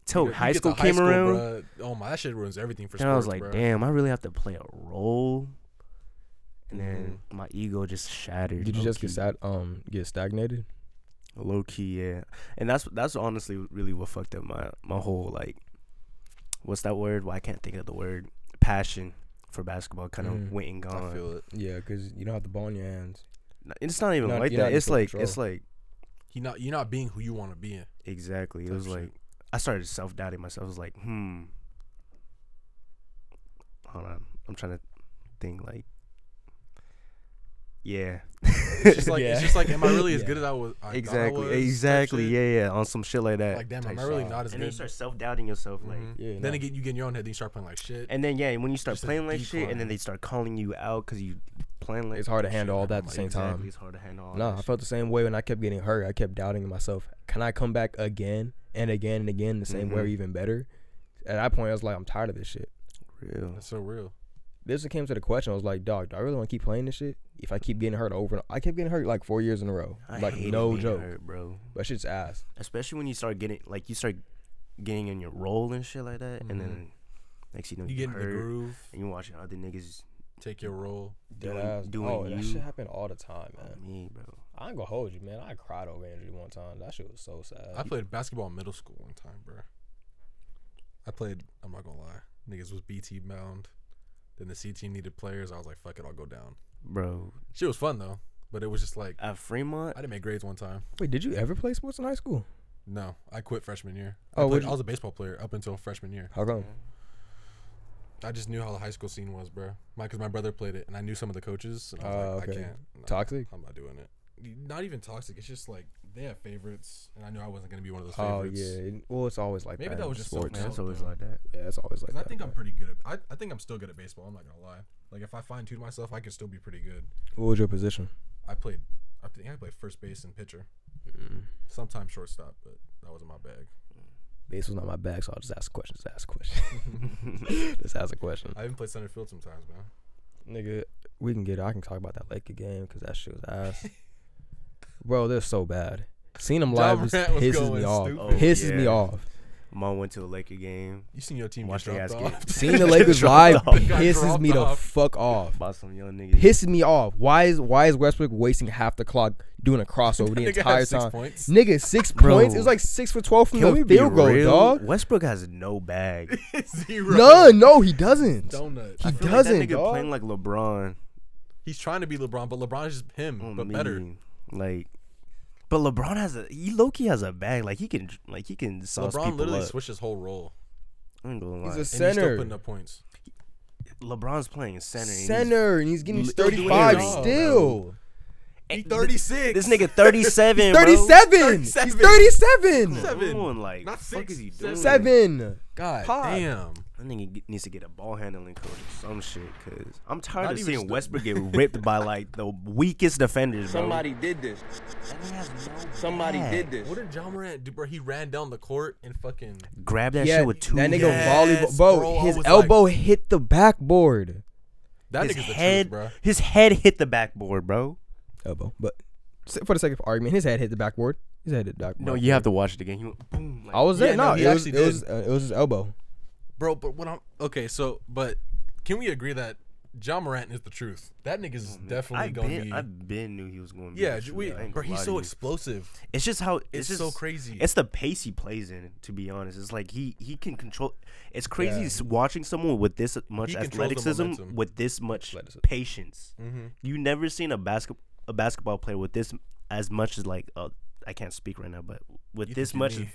till
You get
Oh, high
to
school came around,
bruh, Oh my, that shit ruins everything for
and I was
sports.
like,
bruh.
damn, I really have to play a role. And then
Mhm.
my ego just shattered.
Mm-hmm. Did you
low
just get
key.
sad, um get stagnated?
Low key, yeah. And that's that's honestly really what fucked up my my whole like, what's that word? Well, I can't think of the word. Passion for basketball kind of
Mm.
went and
I
gone.
feel it.
Yeah, cause you don't have the ball in your hands.
N- It's not even
You're not-
like
you're not
that.
in
It's
full
like it's
control.
like
He not you're not being who you want to be. In.
Exactly. It
type
was
shit.
like I started self doubting myself. I was like, hmm. Hold on. I'm trying to think like Yeah.
It's just like
Yeah.
it's just like, am I
[LAUGHS]
really as
Yeah.
good as I was? I thought I was,
exactly.
type
Exactly.
shit?
Yeah, yeah. On some shit like that.
Like damn,
Type
am I really
shit.
not as
and then you
good?
start self doubting yourself,
Mhm.
like
Yeah,
Then
no.
again, you get in your own head, then you start playing like shit.
and then yeah, when you start
Just a
playing like shit and then
decline.
they start calling you out because you playing like
It's hard to
shit,
handle all
like,
that at the
like,
same
exactly,
time.
It's hard to handle all
No,
that
I
shit.
felt the same way when I kept getting hurt. I kept doubting myself. Can I come back again and again and again the same way or
Mhm.
even better? At that point, I was like, I'm tired of this shit.
real.
That's so real.
this came to the question. I was like, dog, do I really want to keep playing this shit? If I keep getting hurt over, and I kept getting hurt like four years in a row,
I
like
hated
no
being
joke.
hurt, bro.
But shit's ass.
especially when you start getting like you start getting in your role and shit like that, and then next you know
Mm-hmm. You
you,
get in the
hurt,
groove,
and you watching other niggas
take your role.
Dead
Doing-
ass.
doing
oh, that
you.
shit happened all the time,
on
man.
me, bro.
I ain't gonna hold you, man. I cried over injury one time. That shit was so sad.
I played basketball in middle school one time, bro. I played. I'm not gonna lie. Niggas was BT bound. Then the C team needed players. I was like, fuck it, I'll go down.
Bro,
Shit was fun though, but it was just like
at Fremont,
I didn't make grades one time.
Wait, did you ever play sports in high school?
No, I quit freshman year.
Oh,
I, played,
what'd
I
you-
was a baseball player up until freshman year.
How come?
I just knew how the high school scene was, bro. My, cause my brother played it, and I knew some of the coaches. And I was
Oh,
like,
okay.
I can't. no,
Toxic?
I'm not doing it. Not even toxic. It's just like they have favorites, and I knew I wasn't gonna be one of those
Oh
favorites.
yeah. it- Well, it's always like
Maybe
that,
that
in
was just
sports.
something
man, it's
out,
always
though.
like that.
Yeah, it's always like
Cause I
that.
think I'm pretty good at. I, I think I'm still good at baseball. I'm not gonna lie. Like if I fine tune myself, I could still be pretty good.
what was your position?
I played. I think I played first base and pitcher. Sometimes shortstop, but that wasn't my bag.
Base was not my bag, so I'll just ask questions. Just ask questions. just ask a question. [LAUGHS]
I even played center field sometimes, man.
Nigga,
[LAUGHS]
we can get. I can talk about that Laker game because that shit was ass. Bro, they're so bad. Seeing him
Ja
live just
Morant was
pisses
going
me off.
stupid.
Oh,
Pisses me
yeah.
off.
[LAUGHS]
Mom went to a Laker game.
You seen your team get
Watch their
dropped
ass
off?
get-
Seeing the Lakers live
Dropped off.
Got
pisses me the
dropped off.
fuck off.
Bought some
[LAUGHS]
young niggas.
Pisses me off. Why is why is Westbrook wasting half the clock doing a crossover the
[LAUGHS] Nigga had
entire
six
time?
points.
Nigga, six
Bro.
points. It was like six for twelve from
Can we
the
be
field goal,
real?
dog.
Westbrook has no bag.
Zero.
No, no, he doesn't.
Donut.
[LAUGHS]
He
Feel like
doesn't,
that nigga
dog.
playing like LeBron.
He's trying to be LeBron, but LeBron's just him,
on
but
me.
better.
Like, but LeBron has a he Loki has a bag. Like he can like he can sauce
LeBron
people
literally
up.
switched his whole role.
I ain't gonna
He's
lie.
a
And he's still
center.
putting up points.
LeBron's playing center. and he's-
Center, and he's getting
He's still doing his
35
job,
still.
and th-
36.
This nigga thirty seven.
37. He's 37.
Seven.
Doing, like
Not
the fuck
six,
is he
seven.
doing?
Seven.
God
Pod.
damn.
That nigga get- needs to get a ball handling coach or some shit. Cause I'm tired
Not
of
even
seeing
still-
Westbrook get ripped by like the weakest defenders. Bro.
Somebody did this.
That nigga has no
Somebody
bag.
did this.
What did John Morant do, bro? He ran down the court and fucking.
Grab that
yeah,
shit with two.
that nigga
hands.
Yes,
volleyball. Bro,
bro, I
his
was like-
elbow hit the backboard.
That
his
nigga's
head,
the truth, bro.
his head hit the backboard, bro.
Elbow, but s- for the sake of argument, his head hit the backboard. His head hit the backboard.
No, you have to watch it again. He went boom. Like,
I was there.
Yeah, no,
no,
he
it was it
actually
was, uh, it was his elbow.
Bro, but what I'm okay, so but can we agree that John Morant is the truth? That nigga's definitely
I
gonna
Oh, been,
be.
I been knew he was going. to be
yeah,
the
j-
shooter.
we,
I ain't
bro,
gonna
he's
lie
so
to you.
explosive.
It's just how it's,
It's,
just
so crazy.
It's the pace he plays in. To be honest, it's like he he can control. It's crazy s- watching someone with this much
He controls the
athleticism,
momentum. Mm-hmm.
with this much patience. You never seen a basket a basketball player with this m- as much as like. Uh, I can't speak right now, but with
You
this
think you
much,
me.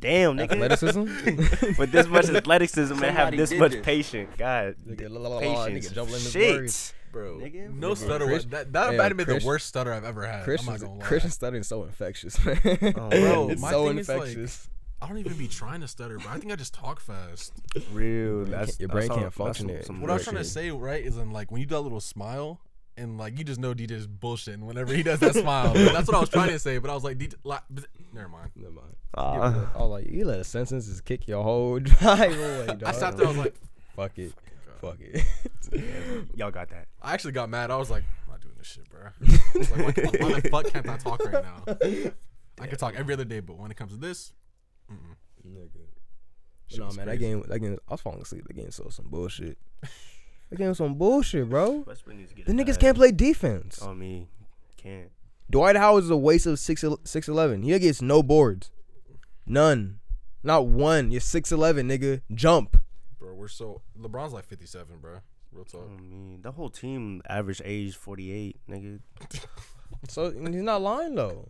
[LAUGHS]
damn, nigga,
Athleticism.
with this
[LAUGHS]
much athleticism and have
Somebody
this
did
much
this.
patience, god,
Nigga, la, la, la, la,
patience,
nigga, jumping in his
shit,
words.
bro.
Nigga,
no stutter.
Chris-
was- that that
yeah,
might have been
Chris-
the worst stutter I've ever had. Oh I'm not
Christian's
gonna lie. Oh,
Christian stuttering is so infectious, [LAUGHS] man.
bro,
it's
my
so
thing is, like,
infectious.
I don't even be trying to stutter, bro. I think I just talk fast.
real. That's
your brain
that's
can't
all-
function
that's
it.
some
What I was
real
trying to
shit.
say, right, is in like when you do that little smile, and like you just know DJ's bullshitting whenever he
[LAUGHS]
does that smile. That's what I was trying to say, but I was like, DJ, like, bzz, never mind.
Never mind.
Ah.
I was oh, like, you let a sentence just kick your whole [LAUGHS] drive away, dog.
I stopped there. I was like,
fuck it, fuck it.
Y'all got that.
I actually got mad. I was like, I'm not doing this shit, bro. I was like, why, why the fuck can't I talk right now? I can talk every other day, but when it comes to this,
no man, that game, that game, I was falling asleep. That game was some bullshit. That game was some bullshit,
[LAUGHS]
bro.
Westbrook needs to get
The
it
niggas
back.
can't play
Oh,
defense.
On me, can't.
Dwight Howard is a waste of six six eleven. He gets no boards, none, not one. You're six eleven, nigga. Jump.
bro, we're so LeBron's like 57, bro. Real talk.
Mm.
On me. The whole team average age forty eight, nigga.
So and he's not lying though.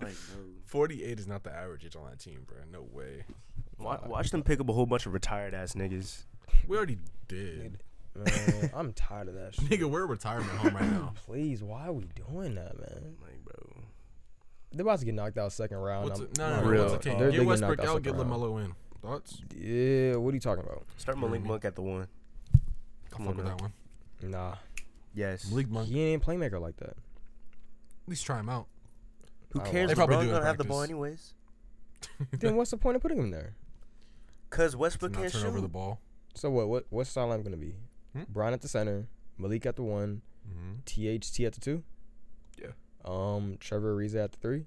Like, bro.
48 is not the average age on that team, bro. No way.
Watch, watch them pick up a whole bunch of retired ass niggas.
We already did.
[LAUGHS] Man, I'm tired of that shit.
Nigga, we're a retirement home right now.
Please, why are we doing that, man?
Like, bro.
They're about to get knocked out second round.
What's
I'm-
it? No, no,
I'm
no,
real
What's it
tired.
take?
They're
Get
getting
Westbrook
knocked
out, get
second round.
LaMelo in. Thoughts?
Yeah, what are you talking about?
Start Malik Monk at the one.
Come
Come
fuck
on
with
now.
that one.
Nah,
Yes.
Malik Monk.
he ain't a playmaker like that.
At least try him out.
Who
I don't
cares?
They
LeBron
probably do
gonna
in
have the ball
practice.
anyways.
then what's the point of putting him there?
Cause
To
Westbrook
not
can't
turn over the
shoot.
ball.
So what? What? What's the lineup gonna be?
Hmm?
Brian at the center, Malik at the one,
Mm-hmm.
THT at the two.
Yeah.
Um, Trevor Ariza at the three.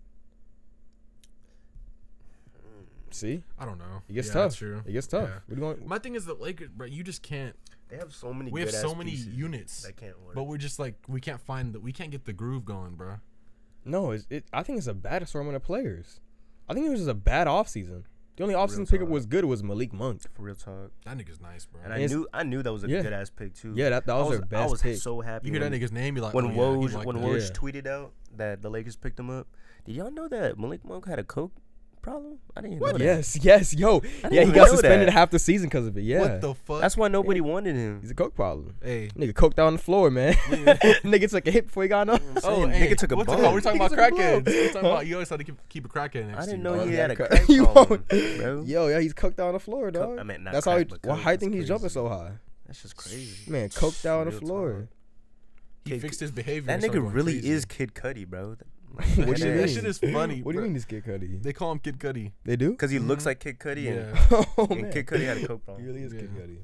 See,
I don't know.
it gets
Yeah,
tough.
that's True.
It gets tough.
Yeah.
What do you want?
My thing is the Lakers, bro. You just can't.
They have so many.
We have
good-ass
so many
pieces
units.
That can't work.
But we're just like we can't find the we can't get the groove going, bro.
No, it's, it. I think it's a bad assortment of players. I think it was just a bad offseason. The only offseason pickup
talk.
was good was Malik Monk.
For real talk.
That nigga's nice, bro.
And
And
I
it's-
knew I knew that was a
yeah.
good ass pick too.
Yeah, that, that
I
was,
was,
their
I
best
was
pick.
so happy
you hear that
when-
nigga's name, you like,
when
oh, yeah,
Woj
he's like
when
that.
Woj
Yeah.
tweeted out that the Lakers picked him up. Did y'all know that Malik Monk had a coke problem? I didn't know that.
yes, yes, yo, yeah, he
even
got
know
suspended
that.
half the season because of it. Yeah,
What the fuck?
That's why nobody wanted him.
he's a coke problem.
hey.
Nigga coked out on the floor, man. [LAUGHS] Nigga took a hit before he got up.
Oh,
nigga
hey,
took a
what's it
bump.
called? We're talking
Nigga
about
took a
crackheads.
bump.
We're talking about you always had to keep, keep a crackhead next
I
to
didn't
you,
know
bro.
he
Oh, yeah,
had a
crack-
crack
[LAUGHS] you
problem,
won't-
bro.
Yo, yeah, he's coked out on the floor, dog.
I meant not
That's how. He,
crack, but
why
coke.
how you
That's
think he's
crazy.
jumping so high?
That's just crazy.
Man, coked out on the
Real
floor.
He fixed his behavior.
That
and started
nigga
going
really
crazy.
is Kid Cudi, bro.
[LAUGHS] What
That
do you
shit-
mean?
that shit is funny.
[LAUGHS] What do you
bro.
mean this kid Cudi?
They call him Kid Cudi.
They do?
Because he looks like Kid Cudi, and,
Yeah.
[LAUGHS] oh
and
man,
Kid Cudi had a coke
[LAUGHS] He
problem.
really is Kid
Yeah.
Cudi.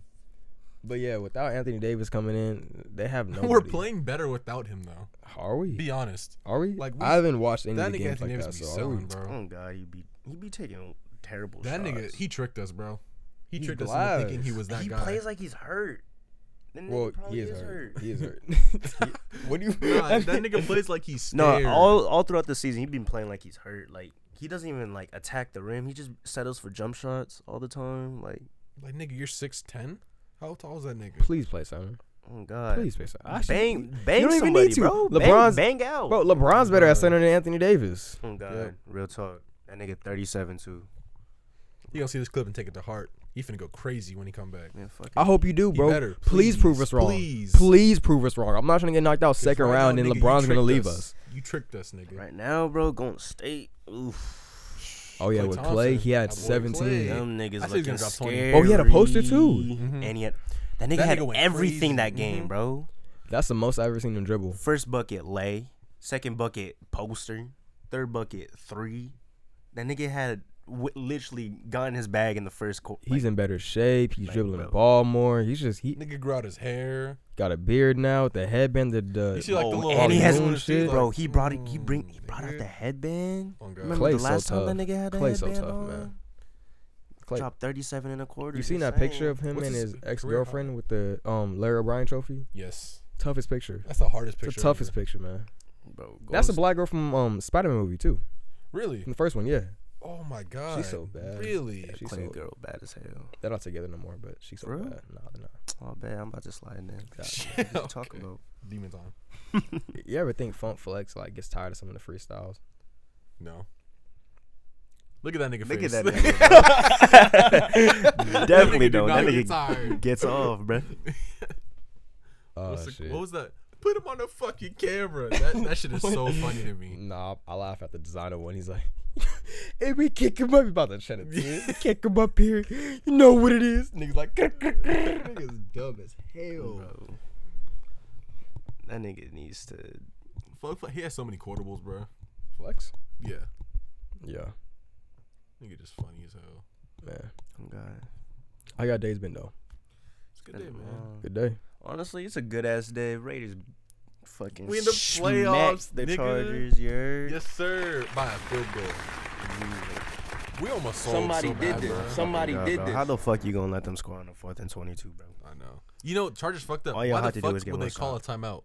But yeah, without Anthony Davis coming in, they have no.
We're playing better without him though.
Are we?
Be honest.
Are we?
Like,
Like
we-
I haven't watched any of
That
the
nigga
games
Anthony
like that.
Davis be
So are we?
selling, bro.
Oh God, he'd be he'd be taking terrible
That
shots.
nigga, he tricked us, bro. He
He
tricked us into thinking he
glass.
was that
he
guy.
plays like he's hurt. That nigga
Well,
probably
he is
[LAUGHS]
hurt. He is hurt. [LAUGHS] what do you?
[LAUGHS] Nah, that nigga plays like he's
No,
scared.
all all throughout the season, he's been playing like he's hurt. Like he doesn't even like attack the rim. He just settles for jump shots all the time. Like,
like nigga, you're six ten. How tall is that nigga?
Please play Simon.
oh god,
Please play Simon. I should-
bang bang
you don't even
somebody,
need to.
bro.
LeBron's-
bang, bang out.
Bro, LeBron's better at center than Anthony Davis.
oh god,
Yep.
real talk. That nigga thirty seven too.
You gonna see this clip and take it to heart. He finna go crazy when he come back.
Man, fuck.
I hope you do,
He
bro.
better.
please, prove
Please.
us wrong.
Please.
Please. prove us wrong. I'm not trying to get knocked out second
Right
round
now,
and
nigga, you
LeBron's gonna
tricked
leave us.
You tricked us, nigga.
Right now, bro, going state. Oof.
Oh yeah,
Klay
with
Thompson.
Clay, he
That
had
boy
17.
Klay.
Them
I
niggas
said he was
looking
gonna drop 20.
scary.
Oh, he had a poster, too.
And he had that nigga Mm-hmm.
That
had
nigga went
everything
crazy.
that game, bro.
That's the most I've ever seen him dribble.
First bucket lay, second bucket poster, third bucket three. That nigga had w- literally gotten his bag in the first quarter.
He's in better shape. He's
like,
dribbling the
bro.
ball more. He's just he
Nigga grew out his hair.
got a beard now with the headband. The,
You
the
see like the
Oh,
little
and he has-
balloon
shit.
like,
bro, he brought it. He bring. He
mm,
brought out
nigga.
the headband.
Oh, God.
Remember
Clay's
the
so
last time that
tough.
nigga had a
Clay's so
headband
tough,
on?
man. Clay-
Dropped thirty-seven and a quarter.
you seen that
insane.
picture of him
What's
and
his
his
career high?
ex girlfriend with the um Larry O'Brien trophy?
Yes,
Toughest picture.
that's the hardest picture.
It's the toughest picture, man.
bro? [LAUGHS]
That's the
goes-
black girl from um Spider Man movie too.
Really?
From the first one, yeah.
Oh my god.
She's so bad.
Really?
Yeah, she's
Clay
so
girl bad as hell.
they're not together no more, but she's so
For real?
bad. Nah, they're not.
Oh, bad. I'm about to slide in.
God.
Yeah,
What you talking about?
Demon time.
You ever think Funk Flex like gets tired of some of the freestyles?
No. Look at that nigga
Look
face.
at that nigga. bro.
[LAUGHS]
Definitely
do
don't. That
not get
nigga [LAUGHS]
tired.
gets off, bro.
Oh
What's the-
shit!
what was that? Put him on the fucking camera. That that shit is so funny to [LAUGHS] me.
Nah, I laugh at the designer one. He's like, [LAUGHS] "Hey, we kick him up. We about to shut up.
[LAUGHS]
dude. We kick him up here. You know what it is." Niggas like,
Nigga's dumb as hell.
Bro. That nigga needs to.
Fuck, fuck, he has so many quotables, bro.
"Flex."
Yeah,
Yeah,
nigga just funny as hell.
man.
Oh God.
I got days been though.
It's a good day, man.
Um,
Good day.
Honestly, it's a good ass day. Raiders fucking
We in the
smacked
playoffs,
The
nigga.
Chargers, yeah.
Yes, sir. By a field goal. We almost sold
Somebody
so
did
bad,
this.
bro.
Somebody
God,
did
bro,
this.
How the fuck you gonna let them score on the fourth and twenty-two, bro?
I know. You know, Chargers fucked up.
All y'all
Why
had
the
to do
fuck
is get
would
one
they call a timeout?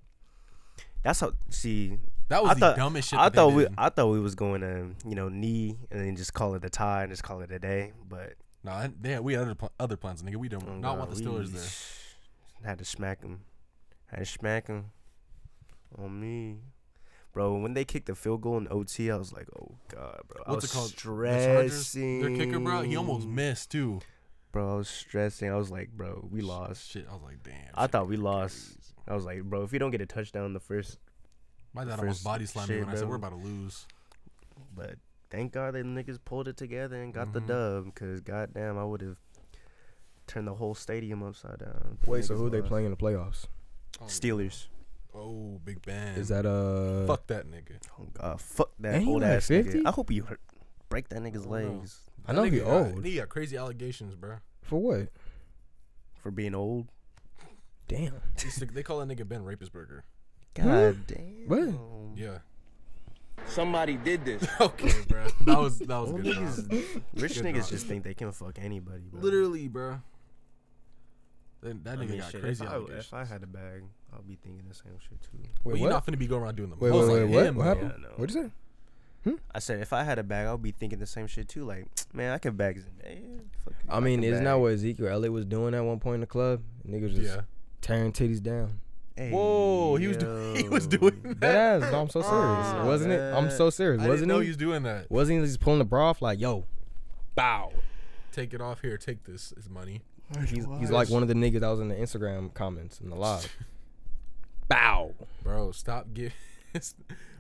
That's how. See,
That was
I
the
thought
dumbest shit.
I
that they
thought we
did.
I thought we was going to you know knee and then just call it a tie and just call it a day, but
Nah, they had, we had other, pl- other plans, nigga. We don't
oh
not
God,
want the
we
Steelers there.
[SIGHS] Had to smack him. Had to smack him on me, bro. When they kicked the field goal in OT, I was like, oh god, bro. I
What's
was
it called?
Stressing.
Their kicker, bro, he
Mm.
almost missed too.
Bro, I was stressing. I was like, bro, we lost.
Shit, I was like, damn.
I
shit.
thought we lost. I was like, bro, if we don't get a touchdown the first,
My dad almost
First
body slammed me
shit,
when I said
bro.
we're about to lose.
but thank God the niggas pulled it together and got
Mhm.
the dub. Cause goddamn, I would have turned the whole stadium upside down. if the
Wait, so
niggas
who they
lost.
playing in the playoffs?
Steelers.
Oh, Big Ben.
Is that uh?
fuck that nigga?
Oh God, fuck that
Ain't he
old
like
ass
50?
nigga. I hope you hurt, break that nigga's
I don't know.
legs
I know
That
he
nigga
old.
Got, he got crazy allegations, bro.
For what?
for being old.
Damn.
He's the- they call that nigga Ben
[LAUGHS]
Rapisberger.
God damn.
What?
Yeah. [LAUGHS]
Somebody did this.
Okay, bro. That was that was
Well,
good.
niggas-
bro.
[LAUGHS] Rich
Good
niggas
God.
just think they can fuck anybody. Bro.
Literally, bro. That, that
I
nigga
mean,
got
shit,
crazy
if I,
allegations.
if I had a bag, I'll be thinking the same shit too.
but
Wait,
you're
what?
not finna be going around doing the
Wait,
most
wait, wait,
like
what?
him,
What
bro.
happened?
Yeah, I know.
What'd you say?
I said if I had a bag, I'll be thinking the same shit too. Like, man, I could bag
eh,
Zendaya. Fuck,
I mean,
could
isn't
bag-
that what Ezekiel Elliott was doing at one point in the club? Niggas just
Yeah.
tearing titties down.
Hey,
Whoa, he was do- [LAUGHS] he was
yo.
doing that.
That ass. No, I'm so serious.
Ah,
wasn't it? I'm so serious.
I didn't
wasn't
know
he?
he was doing that.
Wasn't he just pulling the bra off like, yo, bow?
Take it off here. Take this. It's money.
He's, he's like one of the niggas that was in the Instagram comments in
[LAUGHS]
the live. bow.
Bro, stop giving. [LAUGHS]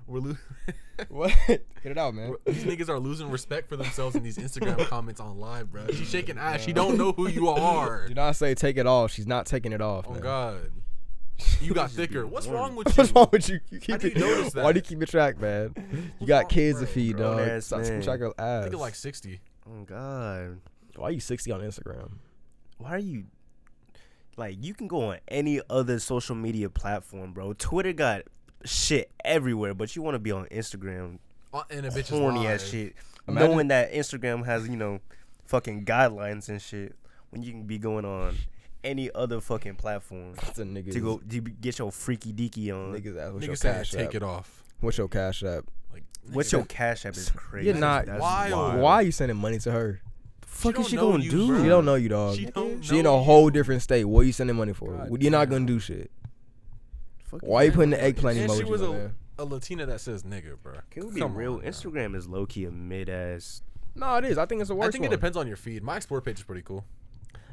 We're lo- [LAUGHS]
What? Get it out, man.
these niggas are losing respect for themselves in these Instagram comments on live, bro. She's shaking ass. She don't know who you are.
Do not say take it off. She's not taking it off.
Oh
man.
God, you got thicker. What's wrong with you?
[LAUGHS] What's wrong with you? You keep
do you
it-
notice
[LAUGHS] Why
that?
do you keep it
[LAUGHS]
track, man? You got
wrong-
kids to
bro,
feed,
grown
dog.
ass
Stop keeping
man.
track of ass.
Nigga like sixty.
Oh God,
Why are you 60 on Instagram?
why are you?
Like you can go on any other social media platform, bro. Twitter got shit everywhere, but you want to be on Instagram,
Uh, and a bitch
horny
is
ass
live.
shit,
Imagine-
knowing that Instagram has you know fucking guidelines and shit when you can be going on any other fucking
[LAUGHS]
platform
It's a nigga.
to go to be- get your freaky deaky on.
Niggas ask what's your
Niggas saying
cash
take
app.
it off.
What's your cash app?
Like
What's
nigga,
your cash app is crazy.
You're not.
That's
wild.
wild.
Why are you sending money to her?
fuck is
don't
she
know
gonna
you,
do?
bro.
She don't know you, dog.
She
She,
don't
in
know
a
you.
whole different state. What you sending money for?
God
You're not
damn.
gonna do shit.
Fuck
Why you
is that?
putting the eggplant
And she
emoji?
was
on
a,
there?
a Latina that says nigga, bro.
Can we be real? Instagram is low key a mid ass.
No, it is. I think it's the worst
I think it
one.
depends on your feed. My explore page is pretty cool.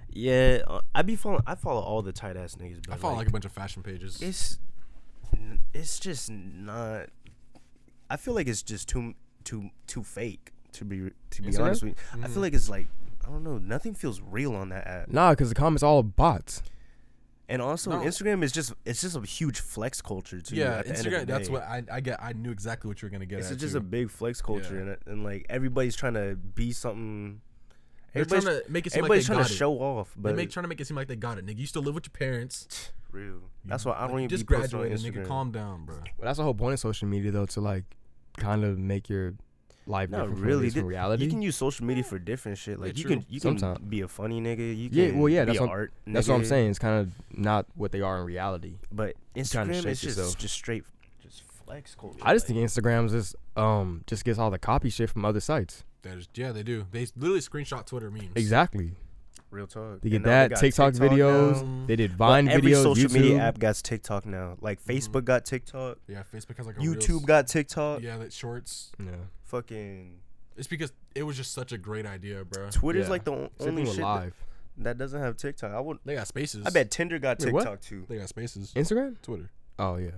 Yeah, uh, I be follow. I follow all the tight ass niggas. But
I follow like a bunch of fashion pages.
it's it's just not. I feel like it's just too too too fake. To be to be
Instagram?
honest with you, I
Mm.
feel like it's like I don't know. Nothing feels real on that app.
Nah, because the comments all bots.
And also,
No.
Instagram is just it's just a huge flex culture too.
yeah,
at the end of the
Instagram. That's
day.
what I, I get. I knew exactly what you were gonna get.
It's
at,
just
too.
a big flex culture, and, and like everybody's trying to be something.
They're trying to make it seem like they
everybody's trying
got
to
it.
show off,
They
but
make trying to make it seem like they got it, nigga. You still live with your parents.
real. That's why I don't
Like, you
even
just
be posting on
graduated, nigga.
Instagram.
Calm down, bro.
But that's the whole point of social media, though, to like kind of make your life
No,
different
really.
from,
thi-
reality.
You can use social media for different shit. Like
Yeah,
you
true.
can you can
Sometime.
be a funny nigga. You
Yeah,
can
well, yeah,
Be
that's
a
what-
art.
That's what I'm
nigga,
saying. It's kind of not what they are in reality.
But
trying to
Instagram
shape
is just
yourself.
just straight just flex culture.
I just
like,
think Instagram just um just gets all the copy shit from other sites.
There's yeah, they do. They literally screenshot Twitter memes.
Exactly.
real talk.
They
And
get
now
that
got
TikTok, videos.
now.
They did
But
Vine
every
videos.
social
YouTube. Mm-hmm.
media app got TikTok now. Like Facebook got TikTok.
Yeah, Facebook has like a Reels-
YouTube got TikTok.
Yeah, that shorts.
Yeah.
Fucking
It's because it was just such a great idea, bro.
Twitter's
Yeah.
like the o-
Same
only
thing with
shit that,
live.
that doesn't have TikTok. I would.
They got spaces.
I bet Tinder got
Wait, what?
TikTok too.
they got spaces.
Instagram?
Twitter.
Oh yeah.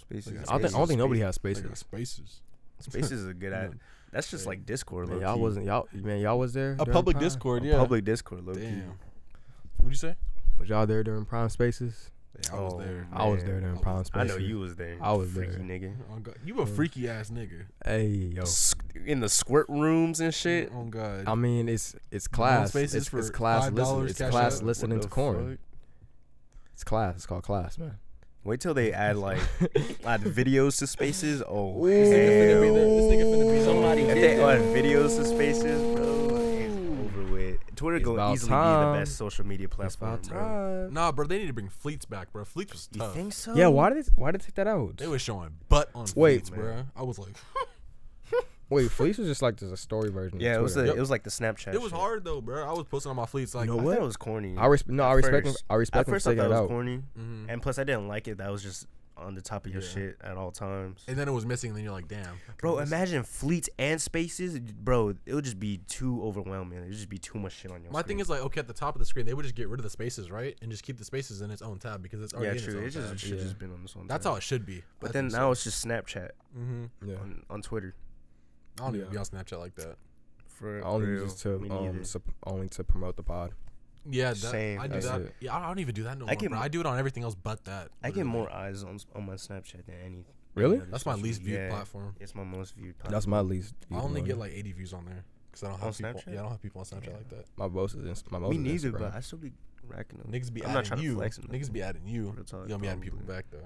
Spaces.
I don't think, I don't think nobody has
They got
spaces.
spaces.
Spaces is a
[LAUGHS]
good app. That's just like Discord.
Man,
low
y'all
key.
wasn't y'all man y'all was there.
A
during
public
prime?
Discord.
A
Yeah.
Public Discord, low key.
Damn. What'd you say?
Was y'all there during prime spaces?
Yeah, I was
Oh,
there.
I was
Man,
there during
I
prime
was-
I
spaces.
know you was there.
I was
freaky
there.
nigga.
Oh, God. You
Mm.
a freaky ass nigga.
Hey yo.
In the squirt rooms and shit.
Oh god.
I mean it's it's class.
spaces
It's, it's
for
class listening.
$5
It's
cash
class
app?
listening
What
to
the
corn.
fuck?
It's class. It's called class, man.
Wait till they add
[LAUGHS]
like add videos to spaces. Oh,
Nigga
hell.
finna be there. This nigga finna be there.
If they add videos to spaces, bro, it's over with. Twitter
It's
gonna
about
easily be the
time.
best social media
It's
platform,
about
bro.
time.
Nah, bro. They need to bring Fleets back, bro. Fleets was
You
tough.
think so?
Yeah, why did why did they take that out?
They was showing butt on
Wait.
Fleets, bro. I was like,
Wait, Felice was just like there's a story version.
Yeah,
of
it was
Twitter.
the, it was like the Snapchat.
it was
shit.
hard though, bro. I was posting on my Fleets like,
I
know
thought
what?
it was corny.
I respect. No,
At
I respect.
first-
Him, I
At
respect him for
first, I
taking
thought it
it
was
out.
corny,
Mhm.
and plus, I didn't like it. That was just on the top of your shit at all times.
and then it was missing. And then you're like, damn,
Bro, imagine fleets and spaces, bro. It would just be too overwhelming. It would just be too much shit on your.
My
screen.
thing is like, okay, at the top of the screen, they would just get rid of the spaces, right, and just keep the spaces in its own tab because it's
yeah,
already
true.
in
It
its own
just
tab.
it should just been on this one.
oh, That's how it should be.
But then now it's just Snapchat
mm-hmm.
Yeah.
on, on Twitter.
I don't even
Yeah.
be on Snapchat like that.
For
I only
real.
use this to
Me neither.
um sup- only to promote the pod.
Yeah, that,
Same,
I do
that's
that.
it.
Yeah, I don't even do that no more.
I get
bro.
mo-
I do it on everything else but that.
I get
literally.
more eyes on s- on my Snapchat than any.
Really?
other
Mm-hmm. That's my
social
least
media.
viewed
Yeah,
platform.
It's my most viewed platform.
That's my least.
I only
one.
get like 80 views on there because I don't
On
have people.
Snapchat?
Yeah, I don't have people on Snapchat like that.
my most is ins- my most.
Me
is
neither,
Instagram.
but I still be racking them.
Niggas be
I'm not
adding
trying to
you.
flex on
Niggas
nothing.
be adding you.
Real talk,
You don't be adding people
probably.
back though.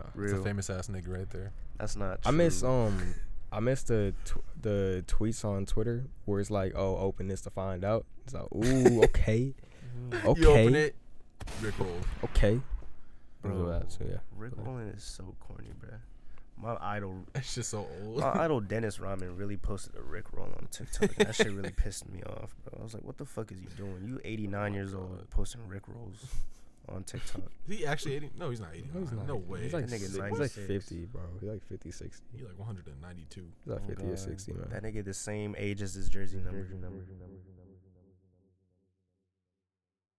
Nah.
It's a
Real.
famous ass nigga right there.
That's not.
I miss
true.
um I miss the tw- the tweets on Twitter where it's like oh open this to find out. It's like ooh okay okay
You open it, Rick roll.
okay. Bro,
Bro,
that, so yeah.
Rick Rollin is so corny, bro. My
[LAUGHS]
idol
It's just so old.
My idol Dennis Rodman really posted a Rick roll on TikTok. and That shit
[LAUGHS]
really pissed me off, bro. I was like, what the fuck is you doing? You
Oh
89 years old posting Rick rolls
[LAUGHS]
on TikTok.
He actually 80? No, he's not 80. No, way.
He's like,
That nigga
six- he's like
96.
50, bro. He's like 50, 60.
He like 192.
He's like
Oh,
50 or
God.
60, man.
That nigga the same age as his jersey number.